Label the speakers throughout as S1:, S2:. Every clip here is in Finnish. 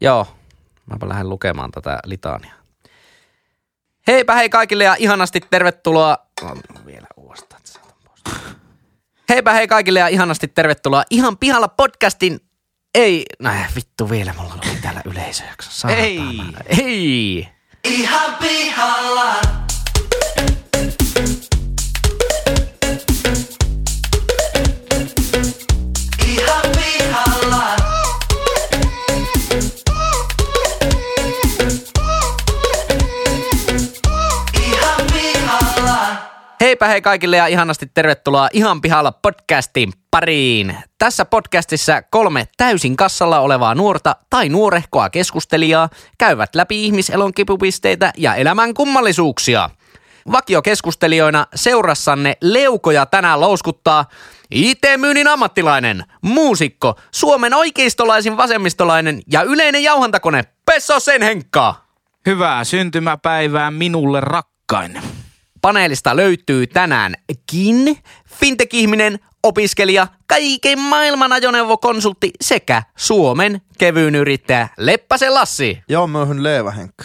S1: Joo, mäpä lähden lukemaan tätä litaniaa. Heipä hei kaikille ja ihanasti tervetuloa. On vielä uudestaan. että saatan pois. Heipä hei kaikille ja ihanasti tervetuloa ihan pihalla podcastin. Ei, no vittu vielä, mulla oli täällä yleisöjakso. Saatana.
S2: Ei.
S1: Ei. Heipä hei kaikille ja ihanasti tervetuloa Ihan pihalla podcastin pariin. Tässä podcastissa kolme täysin kassalla olevaa nuorta tai nuorehkoa keskustelijaa käyvät läpi ihmiselon kipupisteitä ja elämän kummallisuuksia. Vakiokeskustelijoina seurassanne leukoja tänään louskuttaa IT-myynnin ammattilainen, muusikko, Suomen oikeistolaisin vasemmistolainen ja yleinen jauhantakone Pessosen Henkka.
S2: Hyvää syntymäpäivää minulle rakkain.
S1: Paneelista löytyy tänäänkin fintech-ihminen, opiskelija, kaiken maailman ajoneuvokonsultti sekä Suomen kevyyn yrittäjä Leppäsen Lassi.
S3: Joo, myöhyn Leeva Henkka.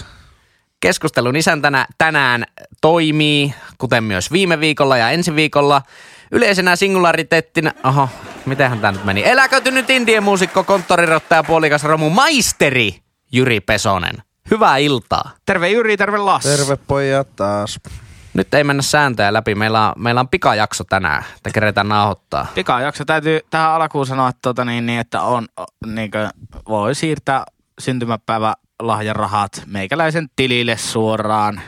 S1: Keskustelun isäntänä tänään toimii, kuten myös viime viikolla ja ensi viikolla, yleisenä singulariteettina, oho, mitenhän tämä nyt meni, eläköitynyt indien muusikko, konttorirottaja, puolikas romu, maisteri Jyri Pesonen. Hyvää iltaa.
S2: Terve Jyri, terve Lassi.
S3: Terve pojat taas.
S1: Nyt ei mennä sääntöjä läpi. Meillä on, meillä on pikajakso tänään, että keretään nauhoittaa.
S2: Pikajakso täytyy tähän alkuun sanoa, että, tuota, niin, niin, että on, niin kuin, voi siirtää syntymäpäivä lahjarahat meikäläisen tilille suoraan.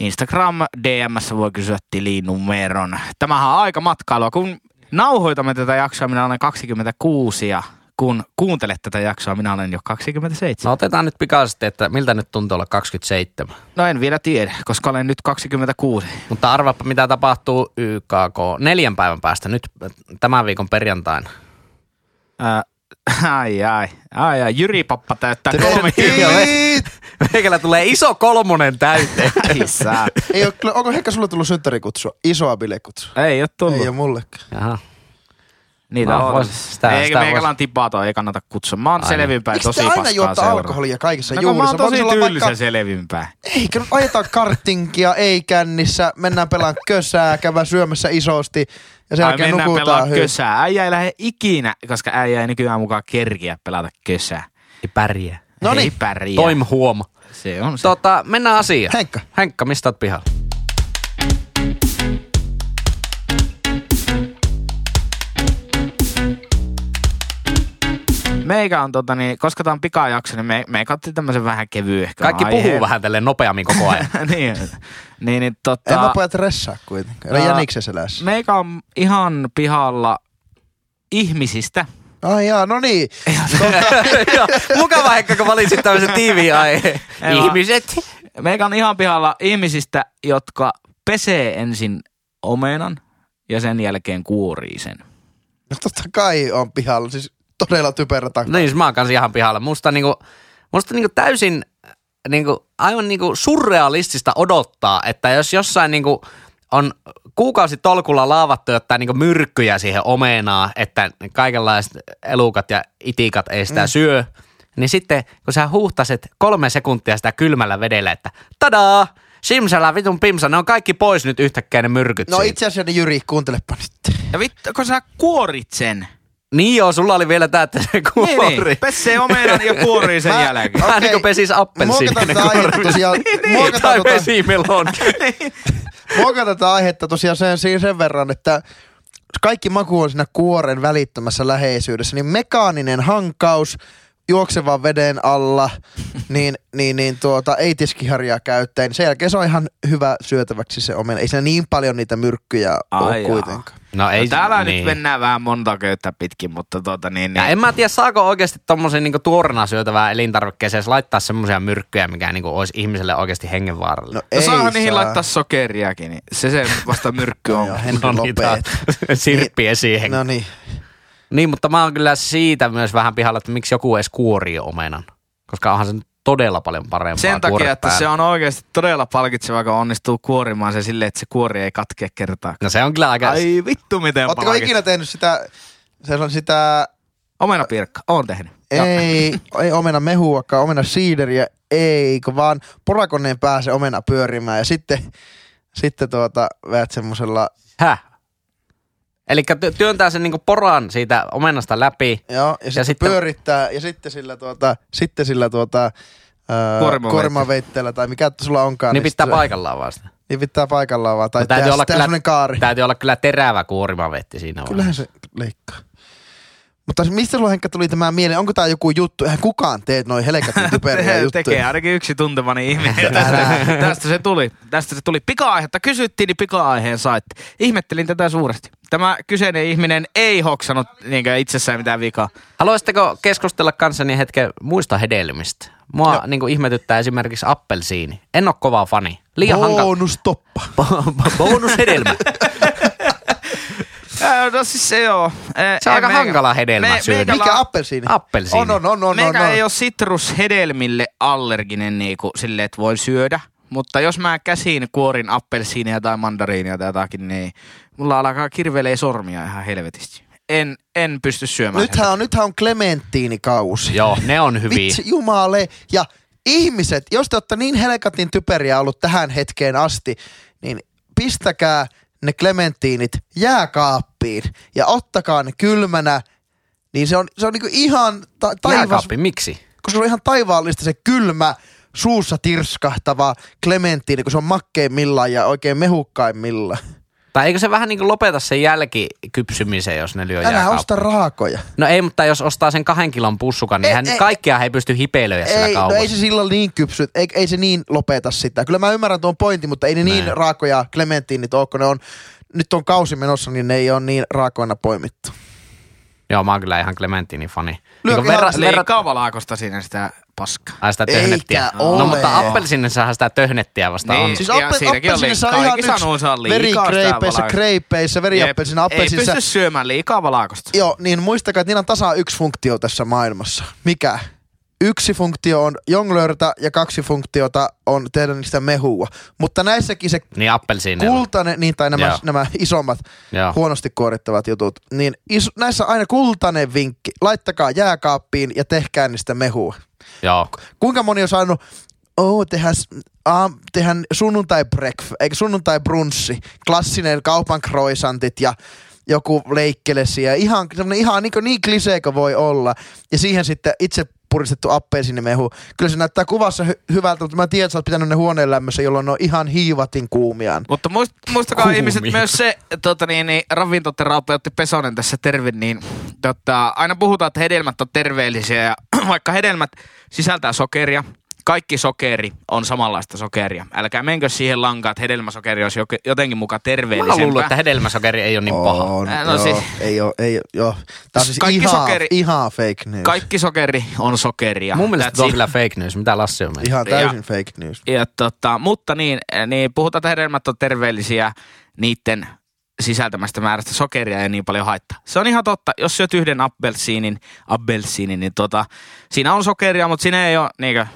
S2: Instagram DMssä voi kysyä tilinumeron. Tämähän on aika matkailua. Kun nauhoitamme tätä jaksoa, minä olen 26 ja kun kuuntelet tätä jaksoa, minä olen jo 27.
S1: No otetaan nyt pikaisesti, että miltä nyt tuntuu olla 27.
S2: No en vielä tiedä, koska olen nyt 26.
S1: Mutta arvaappa mitä tapahtuu YKK neljän päivän päästä nyt äh, tämän viikon perjantaina.
S2: Ää, ai ai, ai ai, Jyri Pappa täyttää
S3: Terve-
S2: 30.
S1: Meikällä tulee iso kolmonen täyteen.
S2: Ai saa.
S3: Ei ole, kyllä, onko Henkka sulle tullut synttärikutsua? Isoa bilekutsua?
S2: Ei ole tullut.
S3: Ei ole mullekaan.
S1: Jaha.
S2: Niitä
S1: No,
S2: on.
S1: vois- sitä-
S2: Eikä
S1: sitä
S2: meikällä
S1: vois-
S2: on tipaton, ei kannata kutsua. Mä oon
S1: Aina.
S2: selvinpäin
S3: Miksi
S2: tosi
S3: te aina
S2: paskaa
S3: juotte
S2: seuraa.
S3: alkoholia kaikissa
S2: No, kun mä
S3: juhlissa?
S2: oon tosi
S3: Voisi olla
S2: tylsä selvinpäin.
S3: Eikö nyt ajeta karttinkia, ei kännissä, mennään pelaan kösää, käydään syömässä isosti ja sen
S2: Ai
S3: jälkeen
S2: mennään pelaa
S3: nukutaan hyvin.
S2: kösää. Äijä ei lähde ikinä, koska äijä ei nykyään mukaan kerkiä pelata kösää.
S1: Ei pärjää.
S3: No
S2: Ei
S3: niin,
S2: pärjää.
S1: Toim huom.
S2: Se on se.
S1: Tota, mennään asiaan.
S3: Henkka.
S1: Henkka, mistä oot pihalla?
S2: Meikä on tota niin, koska tää on pikajakso, niin me, meikä otti tämmösen vähän kevyehkön
S1: Kaikki puhuu
S2: aiheen.
S1: vähän tälle nopeammin koko ajan.
S2: niin, niin, niin tota...
S3: En mä pojat ressaa kuitenkaan. Älä
S2: Tää-
S3: jäniksessä läs.
S2: Meikä on ihan pihalla ihmisistä.
S3: Ai jaa, no niin.
S1: Joo, Mukava Henkka, kun valitsit tämmöisen tiiviin aiheen.
S2: Ei vaan.
S1: Ihmiset.
S2: Meikä on ihan pihalla ihmisistä, jotka pesee ensin omenan ja sen jälkeen kuorii sen.
S3: No totta kai on pihalla, siis todella typerä takka.
S1: No niin, siis mä oon kanssa ihan pihalla. Musta niinku, musta niinku täysin niinku, aivan niinku surrealistista odottaa, että jos jossain niinku on kuukausi tolkulla laavattu jotain niinku myrkkyjä siihen omenaa, että kaikenlaiset elukat ja itikat ei sitä mm. syö, niin sitten kun sä huuhtaset kolme sekuntia sitä kylmällä vedellä, että tadaa, simsala vitun pimsa, ne on kaikki pois nyt yhtäkkiä ne myrkyt
S3: No
S1: siitä.
S3: itse asiassa niin Jyri, kuuntelepa nyt.
S2: Ja vittu, kun sä kuorit sen.
S1: Niin joo, sulla oli vielä tää, että se kuori.
S2: Niin, niin. Pesee omenan ja kuorii sen
S3: Mä-
S2: jälkeen.
S1: Vähän
S3: Okei.
S1: niin kuin pesis appelsiin.
S3: Muokataan tätä aihetta tosiaan.
S1: tai
S3: Muokataan tota-
S1: vesimelon.
S3: Muokaa tätä aihetta tosiaan sen, siinä sen verran, että kaikki maku on siinä kuoren välittömässä läheisyydessä, niin mekaaninen hankaus juoksevan veden alla, niin, niin, niin tuota, ei tiskiharjaa käyttäen. Sen jälkeen se on ihan hyvä syötäväksi se omena. Ei siinä niin paljon niitä myrkkyjä
S2: Ai
S3: ole
S2: jaa.
S3: kuitenkaan.
S1: No
S2: Ei,
S1: ei,
S2: no, täällä
S1: niin.
S2: niin. nyt mennään vähän monta köyttä pitkin, mutta tota niin.
S1: Ja
S2: niin.
S1: en mä tiedä, saako oikeasti tommosen niinku tuorena syötävää elintarvikkeeseen edes laittaa semmoisia myrkkyjä, mikä niinku olisi ihmiselle oikeasti hengenvaarallinen.
S3: No,
S2: No,
S3: ei
S2: saahan
S3: saa.
S2: niihin laittaa sokeriakin, niin se se vasta myrkky
S3: Joo,
S2: on.
S3: joo, Henri,
S2: niin,
S1: tää-
S3: lopeta.
S1: sirppi esiin.
S3: No
S1: No.
S3: niin.
S1: Niin, mutta mä oon kyllä siitä myös vähän pihalla, että miksi joku edes kuori omenan. Koska onhan se nyt todella paljon parempaa
S2: Sen takia, että se
S1: on...
S2: on oikeasti todella palkitsevaa, kun onnistuu kuorimaan se silleen, että se kuori ei katkea kertaa.
S1: No se on kyllä aika...
S2: Ai vittu miten
S3: Oletteko
S2: palkitsevaa.
S3: ikinä tehnyt sitä, se on sitä
S2: Omenapiirakka, oon tehnyt.
S3: Ei, ei omena mehuakaan, omena siideriä, ei, kun vaan porakoneen pääse omena pyörimään ja sitten, sitten tuota, väät semmosella,
S1: Häh? Eli työntää sen niinku poran siitä omenasta läpi.
S3: joo, ja, sitten,
S1: sitten-
S3: pyörittää ja sitten sillä tuota, sitten sillä tuota, öö,
S2: Kuormaveitse-
S3: kuormaveitteellä tai mikä pitää onkaan.
S1: Niin pitää
S3: sit-
S1: paikallaan vaan sitä.
S3: Nipittää paikallaan vaan, tai
S1: No
S3: no, tehdä, tehdä semmonen kaari.
S1: täytyy olla kyllä terävä kuorimavetti siinä
S3: Kyllähän se leikkaa. Mutta mistä sulla Henkka tuli tämä mieleen? Onko tämä joku juttu? Eihän kukaan tee noin helkatin typeriä juttuja.
S2: Tekee ainakin yksi tuntemani ihminen. tästä, tästä, se tuli. Tästä se tuli. Pika-aihetta kysyttiin, niin pika-aiheen saitte. Ihmettelin tätä suuresti. Tämä kyseinen ihminen ei hoksanut niinkö itsessään mitään vikaa.
S1: Haluaisitteko keskustella kanssani hetken muista hedelmistä? Mua
S3: Joo.
S1: niin ihmetyttää esimerkiksi appelsiini. En ole kova fani. Liian hankala.
S3: Bonus toppa.
S1: Bonushedelmä.
S2: Ää, No siis se joo. Ää,
S1: Se on
S2: ei
S1: aika
S2: meikä-
S1: hankala hedelmä syödä.
S2: meikällä-
S3: Mikä appelsiini?
S1: Appelsiini.
S3: On, on, on, on, on,
S2: Meikä
S3: on.
S2: ei ole sitrushedelmille allerginen niinku silleen, että voi syödä. Mutta jos mä käsin kuorin appelsiinia tai mandariinia tai jotakin, niin mulla alkaa kirvelee sormia ihan helvetisti. En, en pysty syömään.
S3: Nythän on, nythän on klementtiinikausi.
S1: Joo, ne on hyviä.
S3: Vitsi, jumale. Ja ihmiset, jos te olette niin helkatin typeriä ollut tähän hetkeen asti, niin pistäkää ne klementiinit jääkaappiin ja ottakaa ne kylmänä. Niin se on, se on niinku ihan ta- taivas,
S1: Jääkaappi, miksi?
S3: kun se on ihan taivaallista se kylmä, suussa tirskahtava klementiini, kun se on makkeimmillaan ja oikein mehukkaimmillaan.
S1: Tai eikö se vähän niin kuin lopeta sen jälkikypsymisen, jos ne lyö
S3: Älä
S1: jääkaappiin?
S3: osta raakoja.
S1: No ei, mutta jos ostaa sen kahden kilon pussukan, niin
S3: Ei,
S1: hän,
S3: ei,
S1: kaikkea ei pysty hipeilöä sillä
S3: ei, no
S1: kaupassa.
S3: ei se silloin niin kypsy, ei, ei se niin lopeta sitä. Kyllä mä ymmärrän tuon pointin, mutta ei ne niin
S1: Näin.
S3: raakoja klementiinit ole, kun ne on, nyt on kausi menossa, niin ne ei ole niin raakoina poimittu.
S1: Joo, mä oon kyllä ihan Clementinin fani.
S3: Lyö
S1: Niin
S3: ihan
S1: verra,
S2: Se
S1: verra,
S2: Leikkaa valaakosta siinä sitä paskaa.
S1: ai sitä
S3: Eikä
S1: töhnettiä.
S3: ole.
S1: No mutta appelsinissahan sitä töhnettiä vasta
S2: Niin.
S1: on.
S3: Siis
S2: Ja
S3: appe-
S2: siinäkin on
S3: appelsiinissa on
S2: liikaa.
S3: ihan
S2: Kaikki sanoo, se on
S3: yksi
S2: liikaa
S3: verikreipeissä,
S2: sitä
S3: kreipeissä, veriappelsiina,
S2: Jep, Ei
S3: appelsiinissa.
S2: pysty syömään liikaa valaakosta.
S3: Joo, niin muistakaa, että niillä on tasa yksi funktio tässä maailmassa. Mikä? Yksi funktio on jonglöörtä ja kaksi funktiota on tehdä niistä mehua. Mutta näissäkin se
S1: Niin appelsiineilla.
S3: kultainen, niin tai nämä,
S1: Joo.
S3: nämä isommat
S1: Joo.
S3: huonosti kuorittavat jutut, niin is, näissä on aina kultainen vinkki. Laittakaa jääkaappiin ja tehkää niistä mehua.
S1: Joo.
S3: Kuinka moni on saanut, oh, tehdään, s- aam, tehdään sunnuntai breakfast, eikä sunnuntai brunssi, klassinen kaupan croissantit ja joku leikkelesi ja ihan, semmonen ihan niin, niin klisee kuin voi olla. Ja siihen sitten itse puristettu appelsiinimehu. Kyllä se näyttää kuvassa hy- hyvältä, mutta mä tiedän, että sä oot pitänyt ne huoneen lämmössä, jolloin ne on ihan hiivatin kuumiaan.
S2: Mutta muist- muistakaa
S1: Kuumia.
S2: ihmiset myös se, tota niin, niin ravintoterapeutti Pesonen tässä terve, niin tota, aina puhutaan, että hedelmät on terveellisiä ja vaikka hedelmät sisältää sokeria, kaikki sokeri on samanlaista sokeria. Älkää menkö siihen lankaan, että hedelmäsokeri olisi joke- jotenkin muka
S1: Mä luulen,
S2: terveellisempää.
S1: että hedelmäsokeri ei ole niin paha.
S3: On,
S2: Äh,
S3: no
S2: no
S3: joo,
S2: siis-
S3: ei oo, ei oo, joo. Tää on siis
S2: Kaikki
S3: ihan,
S2: sokeri-
S3: ihan fake news.
S2: Kaikki sokeri on sokeria.
S1: Mun mielestä
S2: That's
S1: tuo on
S2: it.
S1: kyllä fake news. Mitä Lassi on mieltä?
S3: Ihan täysin fake news.
S2: Ja tota, mutta niin, niin puhutaan, että hedelmät on terveellisiä niiden sisältämästä määrästä sokeria ja niin paljon haittaa. Se on ihan totta. Jos syöt yhden appelsiinin, appelsiinin niin tota, siinä on sokeria, mutta siinä ei ole niinkö,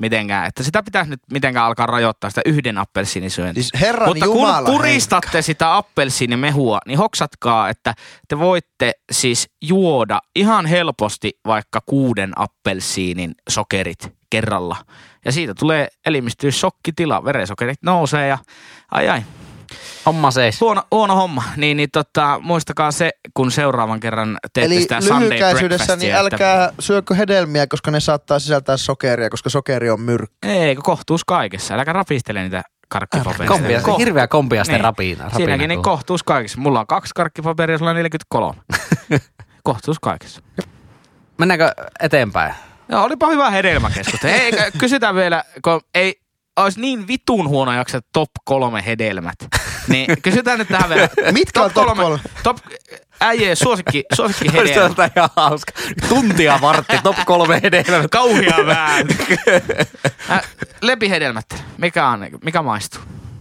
S2: mitenkään. Että sitä pitäisi nyt mitenkään alkaa rajoittaa sitä yhden appelsiinin syöntiä.
S3: Siis herran
S2: Mutta
S3: jumala,
S2: kun puristatte sitä appelsiinimehua, niin hoksatkaa, että te voitte siis juoda ihan helposti vaikka kuuden appelsiinin sokerit kerralla. Ja siitä tulee elimistöön shokkitila, verensokerit nousee ja ai ai,
S1: Homma seis.
S2: huono, huono homma. Niin, niin tota, muistakaa se, kun seuraavan kerran teette
S3: Eli
S2: sitä Sunday
S3: lyhykäisyydessä
S2: breakfastia.
S3: niin
S2: että-
S3: älkää syökö hedelmiä, koska ne saattaa sisältää sokeria, koska sokeri on myrkky.
S2: Ei, kun kohtuus kaikessa. Älkää rapistele niitä karkkipapereita.
S1: Kompia,
S2: Ko-
S1: hirveä kompia sitä rapina. rapina
S2: Niin. Siinäkin niin
S1: tuo.
S2: kohtuus kaikessa. Mulla on kaksi karkkipaperia, sulla on 43. kohtuus kaikessa.
S1: Mennäänkö eteenpäin?
S2: Joo, olipa hyvä hedelmäkeskustelu. Hei, k- kysytään vielä, kun ei olisi niin vitun huono jakso että top kolme hedelmät. Niin kysytään nyt tähän vielä.
S3: Mitkä on top kolme?
S2: Top, äijä, suosikki, suosikki hedelmä.
S1: Toisaalta ihan hauska. Tuntia vartti, top kolme hedelmä.
S2: Kauhea vääntö. Äh, Lepihedelmät. Mikä, on, mikä maistuu?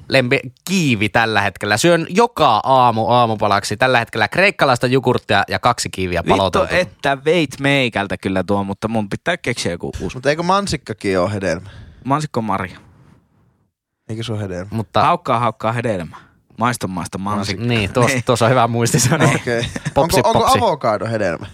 S1: lempi kiivi tällä hetkellä. Syön joka aamu aamupalaksi tällä hetkellä kreikkalaista jogurttia ja kaksi kiiviä
S2: Vittu,
S1: paloteltu.
S2: että veit meikältä kyllä tuo, mutta mun pitää keksiä joku uusi.
S3: Mutta eikö mansikkakin ole hedelmä?
S2: Mansikko Maria.
S3: Eikö se ole hedelmä?
S1: Mutta
S2: Haukkaa, haukkaa hedelmä. Maista maista mansikka.
S1: niin, tuossa, tuossa on
S2: Niin.
S1: niin hyvä muistisana.
S3: Okei.
S1: Popsi,
S3: onko, onko
S1: popsi.
S3: avokado hedelmä?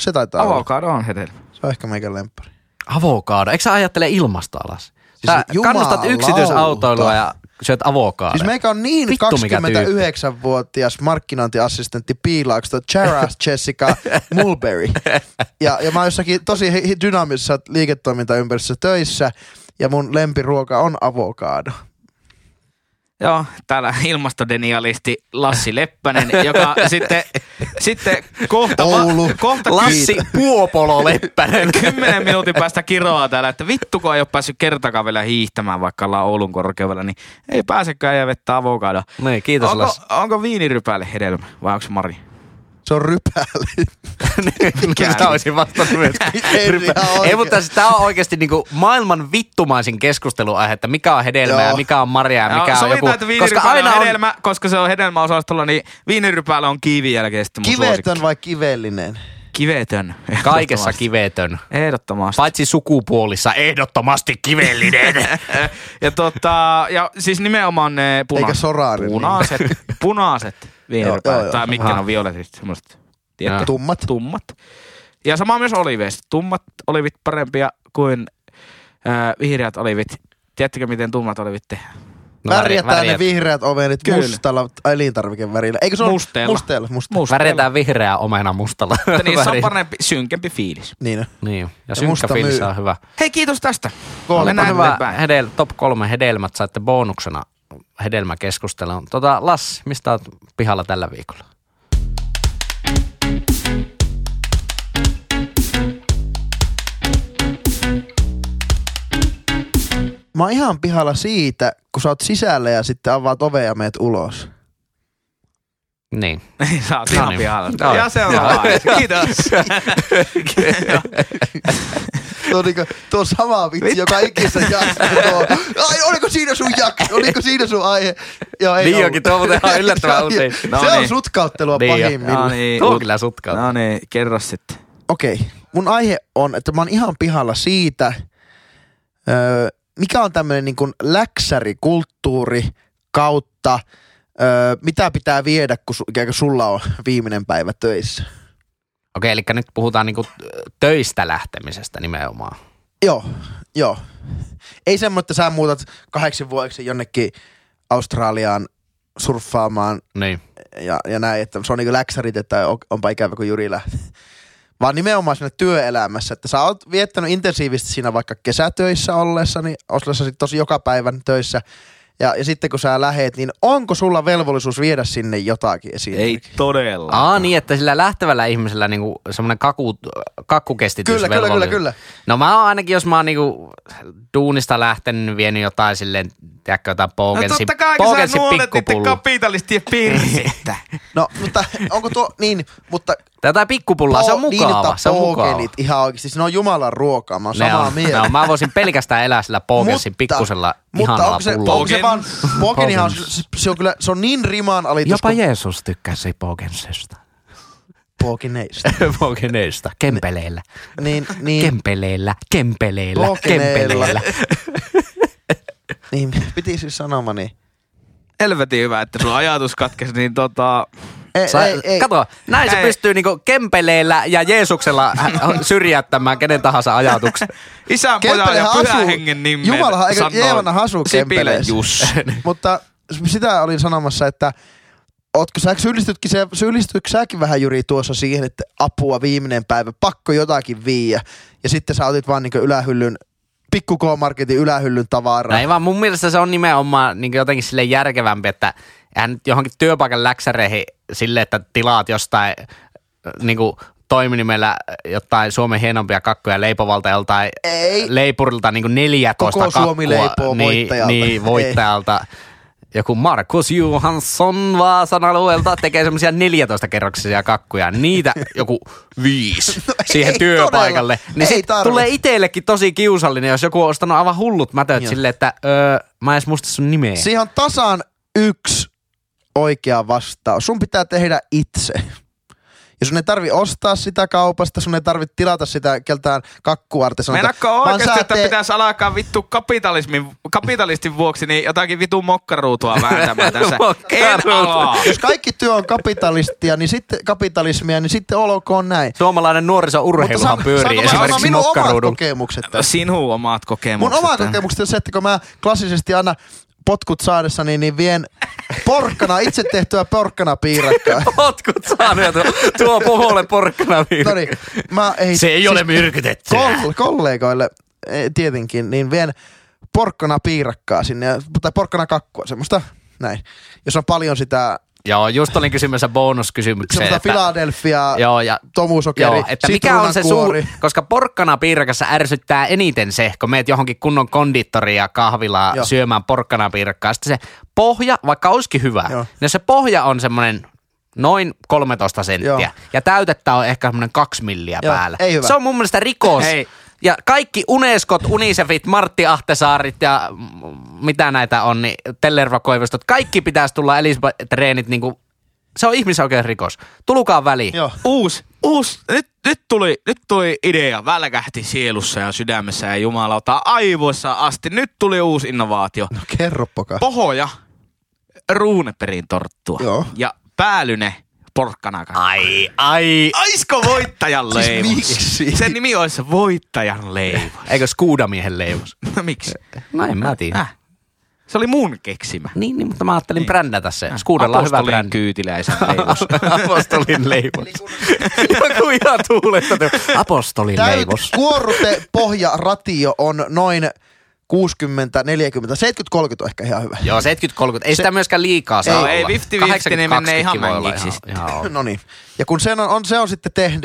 S3: Se taitaa olla.
S2: Avokado on hedelmä.
S3: Se Se on ehkä meikän lemppari.
S1: Avokaado. Eikö sä ajattele ilmasta alas? Sä
S3: Siis
S1: kannustat
S3: jumalauta.
S1: yksityisautoilua ja syöt avokaado.
S3: Siis meikä on niin
S1: Vittu, mikä tyyppi.
S3: 29-vuotias markkinointiassistentti piilauksesta Charas Jessica Mulberry. Ja, ja mä oon jossakin tosi hi- hi- dynaamisessa liiketoimintaympäristössä töissä ja mun lempiruoka on avokaado.
S2: Joo, täällä ilmastodenialisti Lassi Leppänen, joka sitten, sitten kohta,
S3: Oulu.
S2: kohta
S1: Lassi Puopolo Leppänen.
S2: kymmenen minuutin päästä kiroaa täällä, että vittu kun ei ole päässyt kertakaan vielä hiihtämään, vaikka ollaan Oulun korkeudella, niin ei pääsekään ja vettä avokadoa.
S1: niin, kiitos
S2: Onko,
S1: Lassi.
S2: onko viinirypäille hedelmä vai onko se Mari?
S3: Se on rypäli.
S1: Kyllä mä olisin vastannut myös.
S3: Ei, ihan
S1: Ei,
S3: oikein.
S1: mutta siis tää on oikeasti niinku maailman vittumaisin keskusteluaihe, että mikä on hedelmää,
S3: Joo.
S1: mikä on marjaa, ja mikä on joku.
S2: Sovitaan, että
S1: Koska
S2: viinirypäillä
S1: aina
S2: on
S1: on,
S2: hedelmä, koska se on hedelmäosastolla, niin viinirypäillä on kiivin jälkeen sitten mun
S3: Kivetön
S2: suosikki.
S3: vai kivellinen?
S2: Kivetön.
S1: kaikessa
S2: Ehdottomasti.
S1: kivetön.
S2: Ehdottomasti.
S1: Paitsi sukupuolissa ehdottomasti kivellinen.
S2: No eh, ja, tota, ja siis nimenomaan ne puna-
S3: Eikä soraari.
S2: punaiset, punaiset
S3: Joo, joo,
S2: viinirypäät,
S3: joo.
S2: tai mitkä ne
S1: Aha.
S2: on violetit, semmoiset tiedätkö,
S3: Tummat.
S2: tummat. Ja sama myös oliveista. Tummat olivit parempia kuin äh, vihreät olivit. Tiedättekö, miten tummat olivit tehdään?
S1: No,
S3: Värjätään ne
S1: värjät-
S3: vihreät ovenit
S2: Kyllä.
S3: mustalla elintarvikevärillä. Eikö se ole
S2: Musteella.
S3: Musteella, musteella.
S2: Musta.
S1: Värjätään vihreää omena mustalla.
S2: Mutta niin, niissä on
S1: väriin.
S2: parempi, synkempi fiilis.
S3: Niin on.
S1: Niin, ja
S3: musta
S1: synkkä fiilis
S3: myy.
S1: on hyvä.
S2: Hei, kiitos tästä.
S3: Kolme.
S1: Olipa
S2: Mennään
S1: hyvä
S2: eteenpäin.
S1: hedel, top kolme hedelmät saitte bonuksena hedelmäkeskustelun. Tota, Lassi, mistä oot pihalla tällä viikolla?
S3: Mä oon ihan pihalla siitä, kun sä oot sisällä ja sitten avaat ovea ja meet ulos.
S1: Niin.
S2: Sä oot
S1: No
S2: ihan
S1: niin.
S2: pihalla.
S1: Joo.
S2: Ja se on Kiitos.
S3: Tuo, on niinku, tuo on sama vitsi, joka ikistä jakso. Tuo. Ai, oliko siinä sun jakso? Oliko siinä sun aihe? Joo, ei
S1: Niin
S3: ollut.
S1: onkin, tuo on muuten ihan yllättävän
S3: Joo,
S1: usein.
S3: joo.
S2: No
S3: Se on
S2: niin.
S3: sutkauttelua
S1: Niin on.
S3: pahimmillaan.
S2: niin,
S1: Tuo on
S2: ut-
S1: kyllä sutkaa.
S2: No niin, kerro sitten.
S3: Okei, mun aihe on, että mä oon ihan pihalla siitä, öö, mikä on tämmöinen niin kuin läksärikulttuuri kautta, öö, mitä pitää viedä, kun su, ikään kuin sulla on viimeinen päivä töissä.
S1: Okei, eli nyt puhutaan niinku töistä lähtemisestä nimenomaan.
S3: Joo, joo. Ei semmoinen, että sä muutat kahdeksi vuodeksi jonnekin Australiaan surffaamaan
S1: Niin.
S3: ja, ja näin, että se on niin läksärit, että on- onpa ikävä kun Jyri lähti. Vaan nimenomaan siinä työelämässä, että sä oot viettänyt intensiivisesti siinä vaikka kesätöissä ollessa, niin ollessa sit tosi joka päivän töissä. Ja, ja sitten kun sä lähet, niin onko sulla velvollisuus viedä sinne jotakin esiin?
S2: Ei todella.
S1: Aa niin, että sillä lähtevällä ihmisellä niinku semmoinen kaku,
S3: Kyllä, kyllä, kyllä,
S1: kakkukestitysvelvollisuus.
S3: kyllä.
S1: No mä oon ainakin, jos mä oon niinku duunista lähtenyt, niin vienyt jotain silleen, tiedätkö, jotain
S2: No
S1: pogelsi,
S2: totta kai, kun sä
S1: pogelsi
S2: nuolet niiden
S1: pikkupullua.
S2: kapitalistien pirsittä.
S3: No, mutta onko tuo, niin, mutta
S1: Tai Jotain pikkupullaa, se on
S3: po-
S2: niin, no
S3: niiltä
S1: mukava, se on mukava.
S3: pookelit niin, ihan oikeasti, siis ne on Jumalan ruokaa, mä oon
S1: Ne
S3: samaa
S1: on,
S3: mieltä.
S1: ne on, mä voisin pelkästään elää sillä pogelsin
S3: Mutta-
S1: pikkusella
S3: mutta
S1: ihanalla
S3: onko se,
S1: pullolla.
S3: onko se
S2: Pogen-
S3: vaan, pokenihan on, se, se on kyllä, se on niin riman alitus
S1: Jopa
S3: kuin
S1: Jeesus tykkäsi pogensista.
S3: pokeneista.
S1: Pogeneista. Kempeleillä.
S3: Niin, niin,
S1: Kempeleillä, kempeleillä,
S3: Pokeneilla.
S1: kempeleillä.
S3: niin, piti siis sanomani.
S2: Helvetin hyvä, että sun ajatus katkesi, niin tota...
S3: Ei,
S1: Sä,
S3: ei, ei.
S1: Kato, näin se
S2: Ei.
S1: pystyy niinku kempeleillä ja Jeesuksella äh, syrjäyttämään kenen tahansa ajatuksen.
S2: Isän, pojan ja
S3: Kempelehän
S2: pyhän
S3: asuu-
S2: hengen nimen
S3: Jumalahan, eikö
S2: sanoo
S3: Jeevanahan asuu
S2: Sipilän
S3: Kempeleessä?
S2: Jussi.
S3: Mutta sitä olin sanomassa, että Ootko sä, syyllistytkin, se- syyllistytkö säkin vähän Jyri tuossa siihen, että apua viimeinen päivä, pakko jotakin viiä. Ja sitten sä otit vaan niin ylähyllyn, pikku K-marketin ylähyllyn tavaraa.
S1: Näin vaan mun mielestä se on nimenomaan niin jotenkin sille järkevämpi, että eihän nyt johonkin työpaikan läksäreihin sille, että tilaat jostain niin kuin toiminimellä jotain Suomen hienompia kakkuja leipovalta joltain
S3: Ei.
S1: leipurilta niin kuin 14
S3: Koko Suomi
S1: kakkua,
S3: leipoo
S1: niin,
S3: voittajalta.
S1: Niin, voittajalta. Joku Markus Johansson Vaasan alueelta tekee semmoisia 14 kerroksisia kakkuja. Niitä joku viisi siihen
S3: No ei
S1: työpaikalle.
S3: todella.
S1: Niin
S3: Ei
S1: sit
S3: tarvi.
S1: tulee itsellekin tosi kiusallinen, jos joku on ostanut aivan hullut mätöt silleen, että öö, mä en edes muista sun nimeä. Si-
S3: Siihen on tasan yksi oikea vastaus. Sun pitää tehdä itse. Ja sun ei tarvi ostaa sitä kaupasta, sun ei tarvi tilata sitä keltään kakkuartisanalta.
S2: Meinaatko
S3: vaan
S2: oikeasti,
S3: sä
S2: että
S3: teet-
S2: pitäisi alkaa vittu kapitalismin, kapitalistin vuoksi niin jotakin vitun mokkaruutua vääntämään tässä? en
S1: Mokkaruutua.
S2: ala.
S3: Jos kaikki työ on kapitalistia, niin sitten kapitalismia, niin sitten olkoon näin.
S1: Suomalainen nuorisourheiluhan
S3: san-
S1: pyörii
S3: saanko mä sanoa
S1: esimerkiksi
S3: minun omat
S1: nokkaruudulla.
S3: kokemukset tästä?
S2: Sinun omat
S3: Mun
S2: kokemukset.
S3: oma kokemus on se, että kun mä klassisesti aina potkut saadessa, niin, niin vien porkkana, itse tehtyä porkkana piirakkaa.
S1: Potkut saaneet tuo poholle porkkana
S3: No niin, mä ei...
S1: myrkytetty.
S3: Koll- kollegoille eh, tietenkin, niin vien porkkana piirakkaa sinne, ja- tai porkkana kakkua, semmoista näin, jos on paljon sitä,
S1: Joo, just olin kysymässä bonuskysymykseen.
S3: semmoista Philadelphia,
S1: joo, ja
S3: tomusokeri,
S1: Joo, että mikä on se
S3: sitruunankuori.
S1: suuri, koska porkkana piirakassa ärsyttää eniten se, kun meet johonkin kunnon konditoriin ja kahvilaa
S3: Joo.
S1: syömään porkkana piirakkaa. Sitten se pohja, vaikka olisikin hyvä,
S3: Joo.
S1: niin se pohja on semmoinen noin 13 senttiä.
S3: Joo.
S1: Ja täytettä on ehkä semmoinen kaksi milliä
S3: Joo,
S1: päällä.
S3: ei hyvä.
S1: Se on mun mielestä rikos.
S2: Ei.
S1: Ja kaikki Unescot, Unicefit, Martti Ahtesaarit ja mm, mitä näitä on, niin Tellervakoivostot, kaikki pitäisi tulla Elisabeth-treenit niinku, se on ihmisoikeusrikos. Tulukaa väliin.
S3: Joo.
S2: Uus, uus, nyt, nyt, tuli, nyt tuli idea, välkähti sielussa ja sydämessä ja jumalauta aivoissa asti. Nyt tuli uusi innovaatio.
S3: No kerro poka.
S2: Pohoja, ruuneperin torttua
S3: Joo.
S2: ja päälyne porkkanakaan.
S1: Ai, ai,
S2: Aisko voittajan leivos?
S3: Siis miksi?
S2: Sen nimi olisi voittajan leivos.
S1: Eikö skuudamiehen leivos?
S2: No miksi?
S1: No en mä tiedä.
S2: Äh. Se oli mun keksimä. Äh,
S1: Niin, niin, mutta mä ajattelin niin. brändätä se.
S3: Äh.
S1: Skuudella on hyvä
S2: Apostolien
S1: brändi.
S2: kyytiläisen leivos.
S1: Apostolin leivos. Joku ihan tuulesta. tuli. Apostolin leivos.
S3: kuorrute pohjaratio on noin 60, 40, 70, 30 on ehkä ihan hyvä.
S1: Joo, 70-30. Ei sitä myöskään liikaa saa
S3: Ei, niin
S1: olla.
S2: ei, 50-50 ne
S1: 80-20
S2: menee ihan
S1: voi olla
S2: mängiksi sitten.
S1: ihan- joo.
S3: No niin. Ja kun sen on, on, se on sitten tehnyt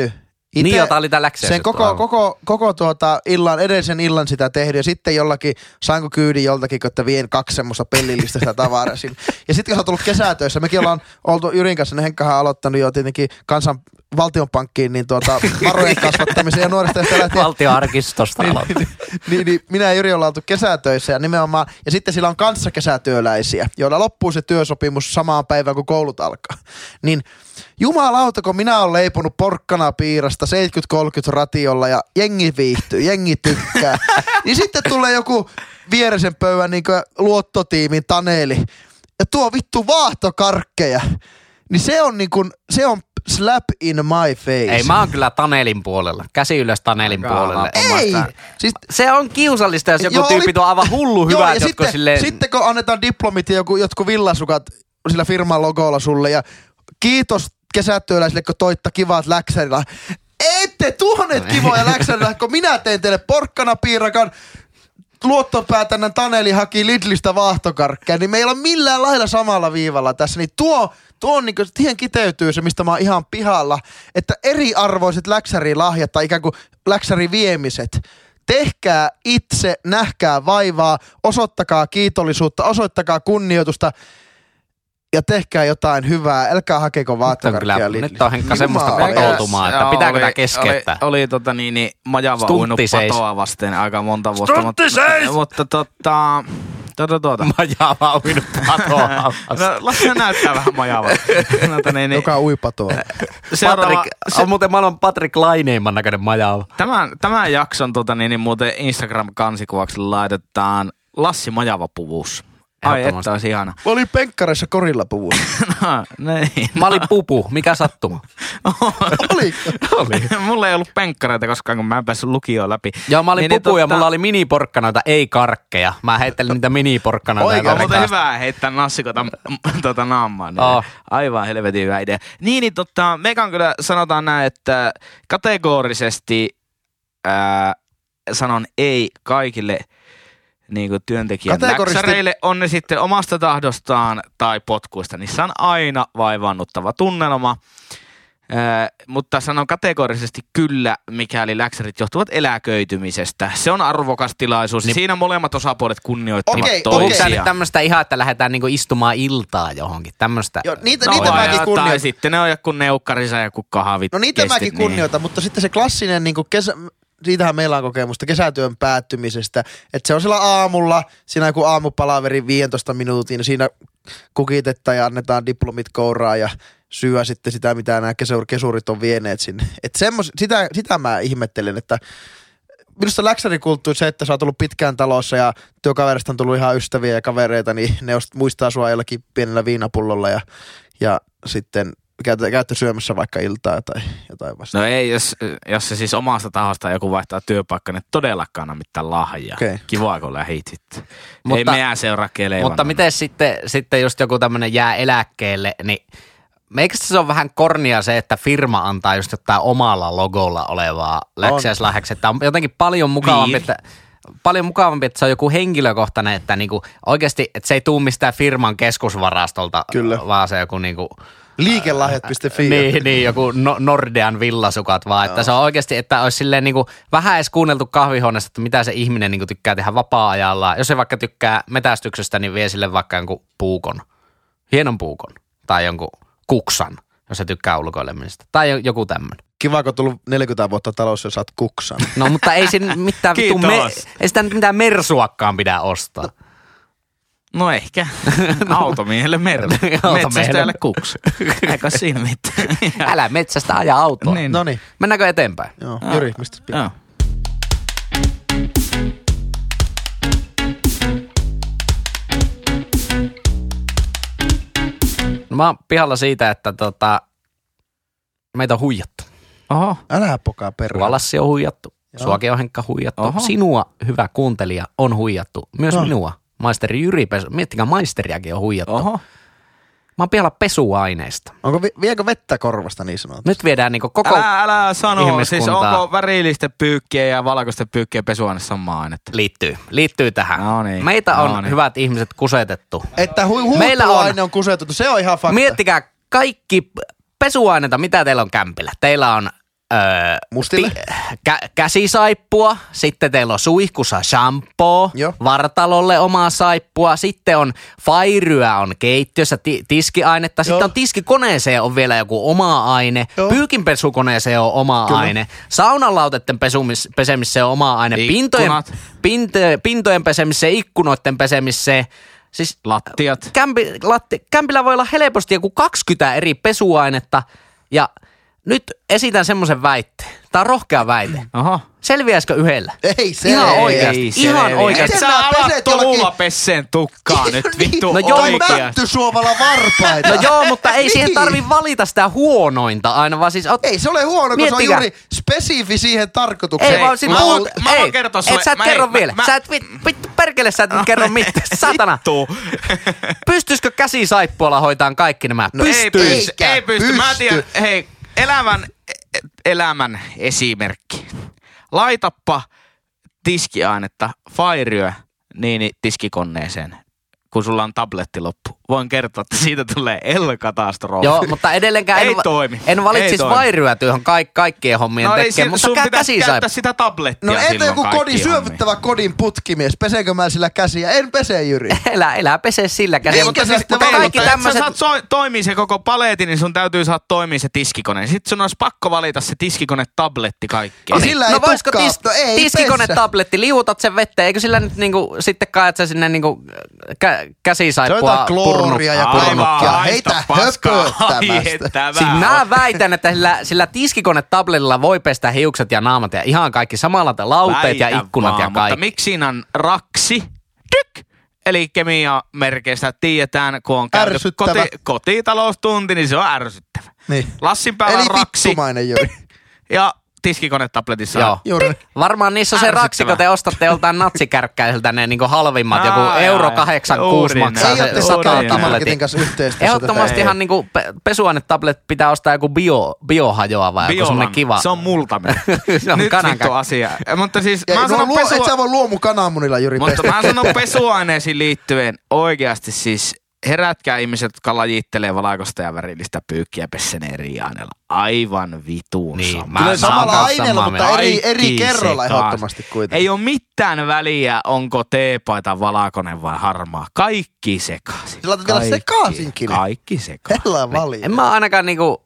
S3: ite,
S1: Niin, jota oli tää läksiäiset
S3: sen koko,
S1: tuolla.
S3: koko, koko tuota illan, edellisen illan sitä tehnyt ja sitten jollakin, saanko kyydin joltakin, kun että vien kaksi semmoista pellillistä sitä tavaraa sinne. Ja sitten kun sä oot ollut kesätöissä, mekin ollaan oltu Jyrin kanssa, niin Henkkahan on aloittanut jo tietenkin kansan valtionpankkiin niin tuota, varojen kasvattamisen ja nuorista sitä lähtien
S1: Valtioarkistosta aloittaa.
S3: niin, niin, minä ja Jyri ollaan oltu kesätöissä ja nimenomaan, ja sitten sillä on kanssa kesätyöläisiä, joilla loppuu se työsopimus samaan päivään, kun koulut alkaa. Niin jumalauta, kun minä olen leiponut porkkana piirasta 70-30 ratiolla ja jengi viihtyy, jengi tykkää, niin sitten tulee joku vierisen pöydän niin luottotiimin Taneeli ja tuo vittu vaahtokarkkeja. Niin se on niin kuin, se on slap in my face.
S1: Ei, mä oon kyllä Tanelin puolella. Käsi ylös Tanelin
S2: Aika
S1: puolelle.
S3: Ei! Siis
S1: Se on kiusallista, jos joku
S3: Joo, oli-
S1: tyyppi tuo aivan hullu
S3: Joo,
S1: hyvää,
S3: ja
S1: jotkut
S3: sitten,
S1: silleen...
S3: sitten kun annetaan diplomit ja joku, jotkut villasukat sillä firman logolla sulle ja kiitos kesätyöläisille, kun toitta kivaat läksärillä. Ette tuhonneet kivoja läksärillä, kun minä tein teille porkkana piirakan. Luottopäätännän Taneli haki Lidlistä vaahtokarkkeja, niin meillä on millään lailla samalla viivalla tässä. Niin tuo, tuo on niin kuin, siihen kiteytyy se, mistä mä oon ihan pihalla, että eriarvoiset läksärilahjat tai ikään kuin läksäriviemiset, tehkää itse, nähkää vaivaa, osoittakaa kiitollisuutta, osoittakaa kunnioitusta ja tehkää jotain hyvää. Älkää hakeko
S1: Nyt on, kyllä,
S3: vaattokarkkia
S1: nyt on Henkka
S3: Jumala.
S1: semmoista patoutumaa, että
S2: Joo,
S1: pitääkö
S2: oli-
S1: tämä keskeyttää.
S2: Oli, oli tota niin, niin majava
S1: Stuntti
S2: uinut
S1: seis.
S2: patoa vasten aika monta vuotta. Mutta,
S1: seis!
S2: mutta tota, tota, tota.
S1: Majava uinut patoa
S2: No, Lasse näyttää vähän majavaa. No, tota niin, niin.
S3: Joka uipatoa.
S2: Seuraava,
S1: Patrick,
S2: se,
S1: on muuten maailman Patrick Laineimman näköinen majava.
S2: tämän, tämän jakson tota, niin, niin, muuten Instagram-kansikuvaksi laitetaan Lassi Majava-puvus. Ai
S1: Ehdottomasti.
S2: että olisi ihana.
S3: Mä olin penkkareissa korilla puvussa.
S2: No, niin.
S1: Mä olin pupu, mikä sattuma.
S3: Oli.
S1: oli.
S2: Mulla ei ollut penkkareita koskaan, kun mä en päässyt lukioon läpi.
S1: Joo, mä olin
S2: Niin, niin,
S1: pupu ja
S2: totta-
S1: mulla oli miniporkkanoita, ei karkkeja. Mä heittelin niitä miniporkkanoita.
S3: Oikein,
S1: ja
S2: On muuten
S1: karkkeja.
S2: hyvää heittää nassikota m- tota naamaan. Niin
S3: Ah.
S1: Oh.
S2: Aivan helvetin hyvä idea. Niin, niin tota, mekan kyllä sanotaan näin, että kategorisesti ää, sanon ei kaikille niin kuin työntekijän
S3: Kategorisesti-
S2: läksäreille, on ne sitten omasta tahdostaan tai potkuista. Niissä on aina vaivannuttava tunnelma. Ää, mutta sanon kategorisesti kyllä, mikäli läksärit johtuvat eläköitymisestä. Se on arvokas tilaisuus. Niin. Siinä molemmat osapuolet kunnioittavat
S3: Okei,
S1: Onko
S2: toisiaan.
S1: tää nyt tämmöistä ihan, että lähdetään niinku istumaan iltaa johonkin? Tämmöistä.
S3: Joo, niitä,
S2: No,
S3: niitä
S2: vai-
S3: mäkin
S2: Tai
S3: kunnioitan.
S2: sitten ne on joku neukkarissa ja joku kahvit.
S3: No niitä
S2: kestit, niin.
S3: mäkin kunnioitan, mutta sitten se klassinen niin kuin kesä, siitähän meillä on kokemusta kesätyön päättymisestä. Että se on sillä aamulla, siinä joku aamupalaveri 15 minuutin, siinä kukitettaan ja annetaan diplomit kouraa ja syö sitten sitä, mitä nämä kesur- kesurit on vieneet sinne. Et semmos, sitä, sitä mä ihmettelen, että minusta läksärikulttuuri se, että sä oot ollut pitkään talossa ja työkaverista on tullut ihan ystäviä ja kavereita, niin ne ost- muistaa sua jollakin pienellä viinapullolla ja, ja sitten käytte, käytte syömässä vaikka iltaa tai jotain vastaan.
S2: No ei, jos, jos se siis omasta tahosta joku vaihtaa työpaikkaa, niin todellakaan anna mitään lahjaa.
S3: Okei.
S2: Kivaa, kun lähit sitten. Ei
S1: Mutta-
S2: meidän seuraa kelevana.
S1: Mutta miten sitten, sitten just joku tämmöinen jää eläkkeelle, niin Eikö se ole vähän kornia se, että firma antaa just jotain omalla logolla olevaa läksiäislahjaksi? Että on jotenkin paljon mukavampi,
S2: Niin.
S1: että, paljon mukavampi, että se on joku henkilökohtainen, että niinku oikeasti että se ei tuu mistään firman keskusvarastolta,
S3: Kyllä.
S1: vaan se joku niinku,
S3: Liikelahjat.fi.
S1: niin, niin, joku no, Nordean villasukat vaan, että se on oikeasti, että olisi silleen niinku vähän edes kuunneltu kahvihuoneesta, että mitä se ihminen niinku tykkää tehdä vapaa-ajalla. Jos se vaikka tykkää metästyksestä, niin vie sille vaikka jonkun puukon, hienon puukon tai jonkun kuksan, jos se tykkää ulkoilemisesta tai jo- joku tämmöinen.
S3: Kiva, kun on tullut 40 vuotta talous, jos saat kuksan.
S1: No mutta ei siinä mitään, vitun
S2: Kiitos.
S1: ei sitä nyt mitään mersuakkaan pidä ostaa.
S2: No ehkä. Automiehelle merelle.
S1: Automiehelle.
S2: Metsästäjälle kuksu. Eikä siinä mitään.
S1: Älä metsästä aja autoa.
S2: Niin.
S3: No niin,
S1: Mennäänkö eteenpäin?
S3: joo. Jyri, mistä pitää?
S2: Joo.
S1: No, mä oon pihalla siitä, että tota, meitä on huijattu.
S2: Oho.
S3: Älä pokaa perään.
S1: Valassi on huijattu, suakin on Henkka huijattu,
S2: Oho.
S1: sinua hyvä kuuntelija on huijattu, myös
S3: No.
S1: minua. Maisteri Jyri Pesu, miettikää maisteriakin on huijattu. Oho.
S2: Oho.
S1: Mä oon pihalla pesuaineista.
S3: Onko, vi- viekö vettä korvasta niin sanotusti?
S1: Nyt viedään niinku koko...
S2: Älä, älä sano. Siis
S1: ihmiskuntaa.
S2: onko värillisten pyykkiä ja valkoisten pyykkiä pesuaine samaa ainetta?
S1: Liittyy, liittyy tähän.
S2: No niin,
S1: Meitä on
S2: no niin.
S1: hyvät ihmiset kusetettu.
S3: Että hu-
S1: Meillä on-
S3: huippuaine on. on kusetettu, se on ihan fakta.
S1: Miettikää kaikki pesuaineita, mitä teillä on kämpillä. Teillä on öö,
S3: Mustille?
S1: kä- käsisaippua, sitten teillä on suihkussa shampoo,
S3: Joo.
S1: vartalolle omaa saippua, sitten on fairyä on keittiössä ti- tiskiainetta, sitten
S3: Joo.
S1: on tiskikoneeseen on vielä joku oma aine,
S3: Joo.
S1: pyykinpesukoneeseen on oma
S3: Kyllä.
S1: aine, saunalautetten pesumis- pesemiseen on oma aine, pintojen,
S2: Ikkunat.
S1: pinte- pintojen pesemiseen, ikkunoiden pesemiseen, siis
S2: Lattiat.
S1: kämpi, latti, kämpillä voi olla helposti joku 20 eri pesuainetta. Ja nyt esitän semmoisen väitteen. Tämä on rohkea väite.
S2: Oho.
S1: Selviäisikö yhdellä?
S3: Ei se
S1: Ihan
S3: ei.
S1: oikeasti. ihan oikeasti.
S2: Sä
S3: Miten nää
S2: alat
S3: peset jollakin- niin.
S2: tulla pesseen tukkaa nyt vittu
S1: No
S2: no
S1: joo,
S2: joo,
S3: Toi
S1: mutta-
S2: oikeasti.
S3: mätty suovalla varpaita.
S1: No joo, mutta ei siihen
S3: Niin.
S1: tarvi valita sitä huonointa aina, vaan siis... Ot...
S3: Ei se ole huono, kun se
S1: Miettikää.
S3: on juuri spesifi siihen tarkoitukseen.
S1: Ei, vaan sit
S2: Mä
S1: puhut,
S2: oon- mä oon
S1: ei,
S2: kertoa
S1: et
S2: sulle-
S1: sä et
S2: mä-
S1: kerro
S2: mä-
S1: vielä.
S2: mä- No.
S1: sä et vit, vit, perkele, sä et nyt kerro mitään. Satana.
S3: No
S2: Tuu.
S1: Pystyisikö käsisaippualla hoitaan kaikki nämä?
S3: No ei
S2: Ei
S3: pysty.
S2: pysty. Ei
S3: Eikä
S2: pysty. Mä tiedän,
S3: pysty.
S2: hei, elämän, e- elämän esimerkki. Laitappa tiskiainetta, fairyö, niin tiskikoneeseen, kun sulla on tabletti loppu. Voin kertoa, että siitä tulee elkatastrofi.
S1: Joo, mutta edelleenkään en,
S2: Ei
S1: va-
S2: toimi.
S1: en
S2: Ei
S1: valitsisi
S2: toimi.
S1: vairyä työhön kaik, kaikkien hommien
S2: No ei,
S1: tekemään,
S2: si-
S1: mutta
S2: sun
S1: kä-
S2: pitää
S1: käsisaippu.
S2: käyttää sitä tablettia
S3: No entä
S2: silloin niin.
S3: joku
S2: kaikkiin
S3: kodin,
S2: hommiin.
S3: syövyttävä kodin putkimies? Peseekö mä sillä käsiä? En pese, Jyri.
S1: Elä, elä pese sillä
S3: Ei,
S1: kädellä.
S3: mutta
S1: Mutta,
S3: siis-
S1: mutta
S3: ei,
S1: kaikki
S2: mutta
S1: tämmöiset...
S2: Sä saat so- toimii se koko paletti, niin sun täytyy saada toimii se tiskikone. Sitten sun olisi pakko valita se tiskikone-tabletti kaikkeen.
S3: Ja sillä ei
S1: no voisiko
S3: tukkaa.
S1: tis-
S3: No ei pessä.
S1: tiskikone-tabletti, liuutat sen vettä, eikö sillä nyt niinku, sitten kaet sä sinne niinku, kä-
S3: Se on
S1: käsisaippua
S3: jotain klooria ja
S1: purnukkaa?
S2: Aivan,
S3: kurnukkia.
S2: haista
S3: Heitä
S2: paskaa,
S3: höpöttämästä.
S2: haihettävää.
S1: Siis mä väitän, että sillä, sillä tiskikone-tabletilla voi pestä hiukset ja naamat ja ihan kaikki samalla, että lauteet ja
S2: Väitän
S1: ikkunat
S2: vaan,
S1: ja kaikki.
S2: Mutta miksi siinä on raksi? Tyk! Eli kemiamerkeistä tiedetään, kun on käyty
S3: Ärsyttävä.
S2: koti- kotitaloustunti, niin se on ärsyttävä.
S3: Niin.
S2: Lassin päällä
S3: Eli
S2: on raksi
S3: vittumainen, Jyri.
S2: ja tiskikone-tabletissa
S1: Joo.
S2: on
S3: Jyri.
S1: Varmaan niissä on se
S2: Ärsyttävää.
S1: raksi, kun te ostatte joltain natsikärkkäisiltä ne niinku halvimmat,
S2: Ai,
S1: joku
S2: ai,
S1: euro
S2: ai.
S1: 86
S2: Juuri
S1: maksaa
S2: näin.
S3: Ei
S1: se
S3: ole
S2: Juuri
S1: sata
S2: näin.
S1: tabletin.
S3: marketin kanssa yhteistyössä.
S1: Ehdottomasti
S3: tätä.
S1: ihan niinku pe- pesuainetablet pitää ostaa joku bio, biohajoava, joku semmonen
S2: Biolan.
S1: kiva.
S2: Se on multamme.
S1: Se on
S2: Nyt
S1: kanankä-
S2: vittu asia. Mutta siis
S3: Ei,
S2: mä
S3: no,
S2: sanon
S3: luo, et
S2: pesua...
S3: sä voi luomu kananmunilla, Jyri.
S2: Mutta
S3: pestä.
S2: mä sanon pesuaineisiin liittyen oikeasti siis herätkää ihmiset, jotka lajittelee valkoista ja värillistä pyykkiä pessen eri aineella. Aivan vituun
S1: Niin,
S2: sama.
S1: mä
S3: Kyllä
S1: en saa
S3: samalla
S1: olla
S3: aineella,
S1: samaa
S3: mutta
S1: mieltä.
S3: eri, eri
S2: Kaikki
S3: kerralla
S2: sekaan.
S3: ehdottomasti kuitenkin.
S2: Ei ole mitään väliä, onko teepaita valkoinen vai harmaa. Kaikki sekaisin.
S3: Sä Siis laitat vielä
S2: Kaikki-
S3: sekaisinkin.
S2: Kaikki sekaisin.
S3: Hella valia.
S1: En mä ainakaan niinku,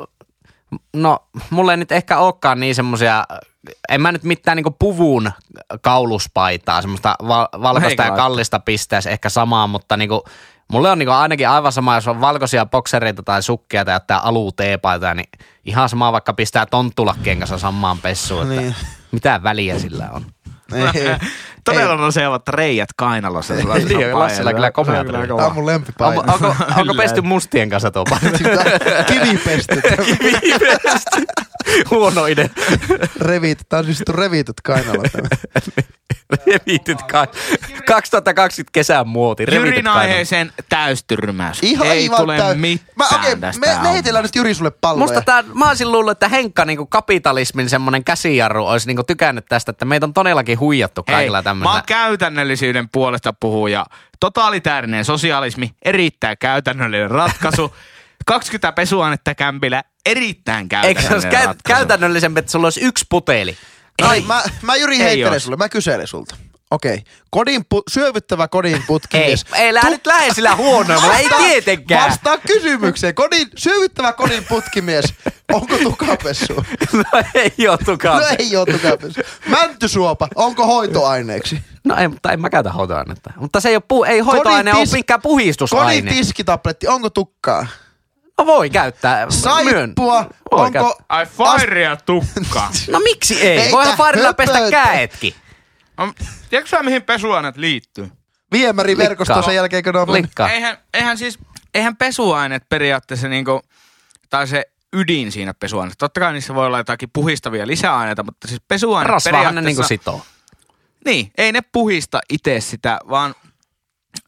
S1: no mulle ei nyt ehkä olekaan niin semmosia, en mä nyt mitään niinku puvun kauluspaitaa, semmoista val- valkoista
S2: Meikä
S1: ja
S2: laittaa.
S1: kallista pistäisi ehkä samaan, mutta niinku, Mulle on niinku ainakin aivan sama, jos on valkoisia boksereita tai sukkia tai jotain aluteepaita, niin ihan sama vaikka pistää tonttulakkien kanssa samaan pessuun. Että
S3: Niin.
S1: Mitä väliä sillä on?
S3: Ei.
S2: Todella nosevat reijät kainalossa. Se on ihan
S1: Niin, Lassilla
S2: painava.
S1: kyllä komea
S2: Se on
S1: tuli.
S3: Tämä on mun
S1: Onko,
S3: lempipäivä.
S1: onko, onko pesty mustien kanssa tuo paita?
S3: Kivipesty.
S1: Viimeisesti. Huono idea.
S3: Revit. Tää on siis revityt kainalla. tämä.
S1: Reviitit kai. 2020 kesän muoti. Reviitit
S2: Jyrin
S1: kai.
S2: aiheeseen täystyrmäys.
S3: Ihan
S2: Ei
S3: ihan
S2: tule
S3: täy-
S2: mitään
S3: Mä, okei,
S2: tästä
S3: me, me heitellään nyt Jyri sulle palloja.
S1: Musta tää, mä olisin luullut, että Henkka niinku kapitalismin semmonen käsijarru olisi niinku tykännyt tästä, että meitä on todellakin huijattu
S2: Hei,
S1: kaikilla
S2: Mä
S1: tämmöisillä.
S2: oon käytännöllisyyden puolesta puhuja. Totaalitäärinen sosialismi, erittäin käytännöllinen ratkaisu. 20 pesuainetta kämpillä, erittäin
S1: Eikö se
S2: käytännöllinen
S1: olisi käy,
S2: ratkaisu.
S1: käytännöllisempi, että sulla olisi yksi puteli?
S3: Ei, mä, mä Jyri
S2: Ei
S3: heittelen
S2: ois.
S3: sulle, mä kyselen sulta. Okei, kodin pu- syövyttävä kodin
S1: Ei,
S3: putkimies.
S1: ei lähde nyt lähde sillä huonoilla, ei tietenkään.
S3: Vastaa kysymykseen. Kodin, syövyttävä kodin putkimies. Onko tukapessu?
S1: No ei oo tukaa.
S3: No ei ole tukapessu. Mäntysuopa. Onko hoitoaineeksi?
S1: No ei, mutta en mä käytä hoitoainetta. Mutta se ei, ole pu, ei hoitoaine
S3: Kodin
S1: ole
S3: tis-
S1: mikään
S3: Kodin
S1: puhistusaine.
S3: tiskitabletti. Onko tukkaa?
S1: No voi käyttää. Myön.
S3: Saippua.
S1: Voi
S3: Onko...
S1: käyttää.
S2: Ai fairia tukka.
S1: No miksi ei?
S3: Eikä
S1: Voihan farilla pestä
S3: höpötä.
S1: käetkin.
S2: On- Tiedätkö sä, mihin pesuaineet liittyy?
S3: Viemäri verkosto sen jälkeen, kun ne on mennyt?
S1: Likkaa.
S2: Eihän, eihän siis, eihän pesuaineet periaatteessa niinku, tai se ydin siinä pesuaineessa. Totta kai niissä voi olla jotakin puhistavia lisäaineita, mutta siis pesuaine
S1: Rasvaahan ne niinku
S2: periaatteessa-
S1: sitoo.
S2: Niin, ei ne puhista itse sitä, vaan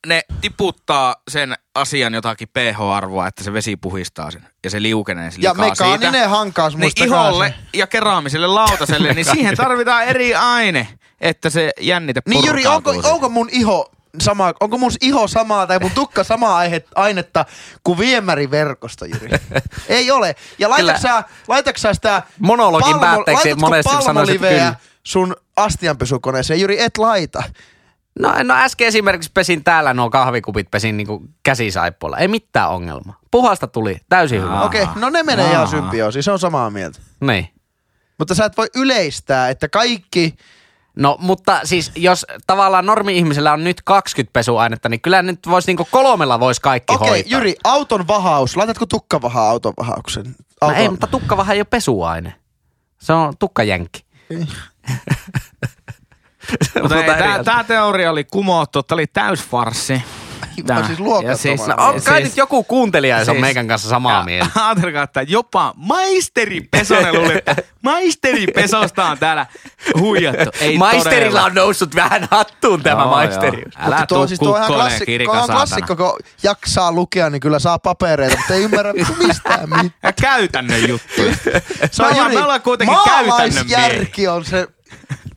S2: ne tiputtaa sen asian jotakin pH-arvoa, että se vesi puhistaa sen ja se liukenee se
S3: Ja
S2: likaa
S3: mekaaninen
S2: siitä.
S3: hankaus,
S2: Niin
S3: muistakaa
S2: iholle
S3: se.
S2: ja keraamiselle lautaselle, niin siihen tarvitaan eri aine, että se jännite
S3: Niin Jyri,
S2: purkautuu
S3: onko,
S2: siitä.
S3: onko mun iho sama, onko mun iho samaa tai mun tukka samaa aihe, ainetta kuin viemäriverkosto, Jyri? Ei ole. Ja laitaksä, laitaksä sitä
S1: Monologin
S3: palmo-
S1: päätteeksi
S3: laitatko
S1: monesti sanoisit
S3: palmoliveä
S1: kyllä.
S3: sun astianpesukoneeseen? Jyri, et laita.
S1: No, no äsken esimerkiksi pesin täällä nuo kahvikupit, pesin niinku käsisaippualla. Ei mitään ongelmaa. Puhasta tuli, täysin hyvä.
S2: Aa.
S1: Okay.
S3: Okei, okay, no ne menee
S2: Aa.
S3: ihan symbioosiin, se on samaa mieltä.
S1: Niin.
S3: Mutta sä et voi yleistää, että kaikki...
S1: No, mutta siis jos tavallaan normi-ihmisellä on nyt 20 pesuainetta, niin kyllä nyt voisi niinku kolmella voisi kaikki
S3: Okei, okay,
S1: hoitaa.
S3: Jyri, auton vahaus. Laitatko tukkavahaa auton vahauksen?
S1: No
S3: Auton...
S1: ei, mutta tukkavahan ei ole pesuaine. Se on tukkajänki.
S2: Mutta ei,
S1: Mutta eri
S2: tää,
S1: asia.
S2: tää teoria oli kumottu, tää oli täysfarssi. Tää.
S3: siis luokattoman.
S2: Ja siis-
S3: No,
S1: On kai
S2: siis-
S1: nyt joku kuuntelija, jos on
S2: siis-
S1: meikän kanssa samaa mieltä.
S2: Ajatelkaa, että jopa maisteri Pesonen luuli, että maisteri Pesosta on täällä huijattu. Ei
S1: Maisterilla
S2: todella.
S1: on noussut vähän hattuun tämä
S2: Joo,
S1: maisteri.
S2: joo. Älä
S3: tuo
S2: tuu
S3: tuo siis on ihan
S2: kukkoleen,
S3: klassikko,
S2: kirkas
S3: on klassikko, kun jaksaa lukea, niin kyllä saa papereita, mutta ei ymmärrä mistään mitään.
S2: Ja käytännön juttu.
S3: Se
S2: Me
S3: on
S2: ollaan-
S3: juuri
S2: me ollaan kuitenkin käytännön
S3: maalaisjärki on se,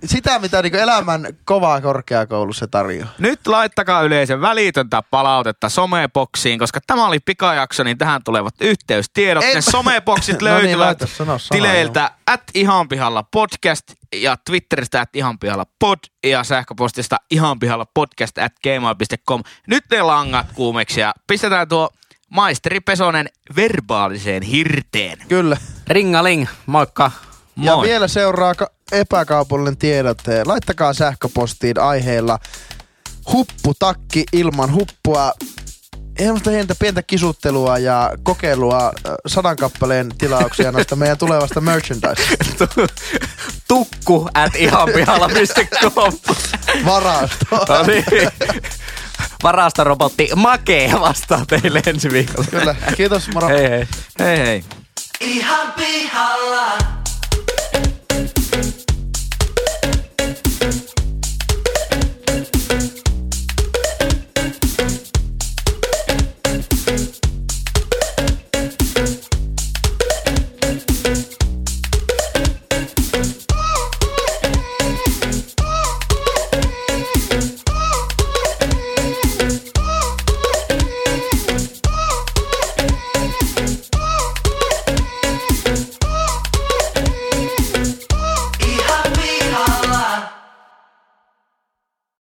S3: sitä mitä niin elämän kovaa korkeakoulussa tarjoaa.
S2: Nyt laittakaa yleisön välitöntä palautetta someboksiin, koska tämä oli pikajakso, niin tähän tulevat yhteystiedot.
S3: Ei-
S2: Ne someboksit
S3: No niin,
S2: löytyvät
S3: laita, sano sana,
S2: tileiltä at ihan pihalla podcast ja Twitteristä at ihan pihalla pod ja sähköpostista ihan pihalla podcast at gmail.com. Nyt ne langat kuumeksi ja pistetään tuo maisteri Pesonen verbaaliseen hirteen.
S3: Kyllä.
S1: Ringaling, moikka.
S3: Ja
S2: Moi.
S3: vielä seuraa ka- epäkaupallinen tiedot. Laittakaa sähköpostiin aiheella hupputakki ilman huppua. Ilmasta hientä pientä kisuttelua ja kokeilua äh, sadan kappaleen tilauksia noista meidän tulevasta merchandise
S1: Tukku at ihanpihalla.com.
S3: varastoa.
S1: No niin. Varastorobotti Make vastaa teille ensi viikolla.
S3: No. Kyllä. Kiitos, moro.
S1: Hei hei.
S2: Hei hei.
S4: ihan pihalla.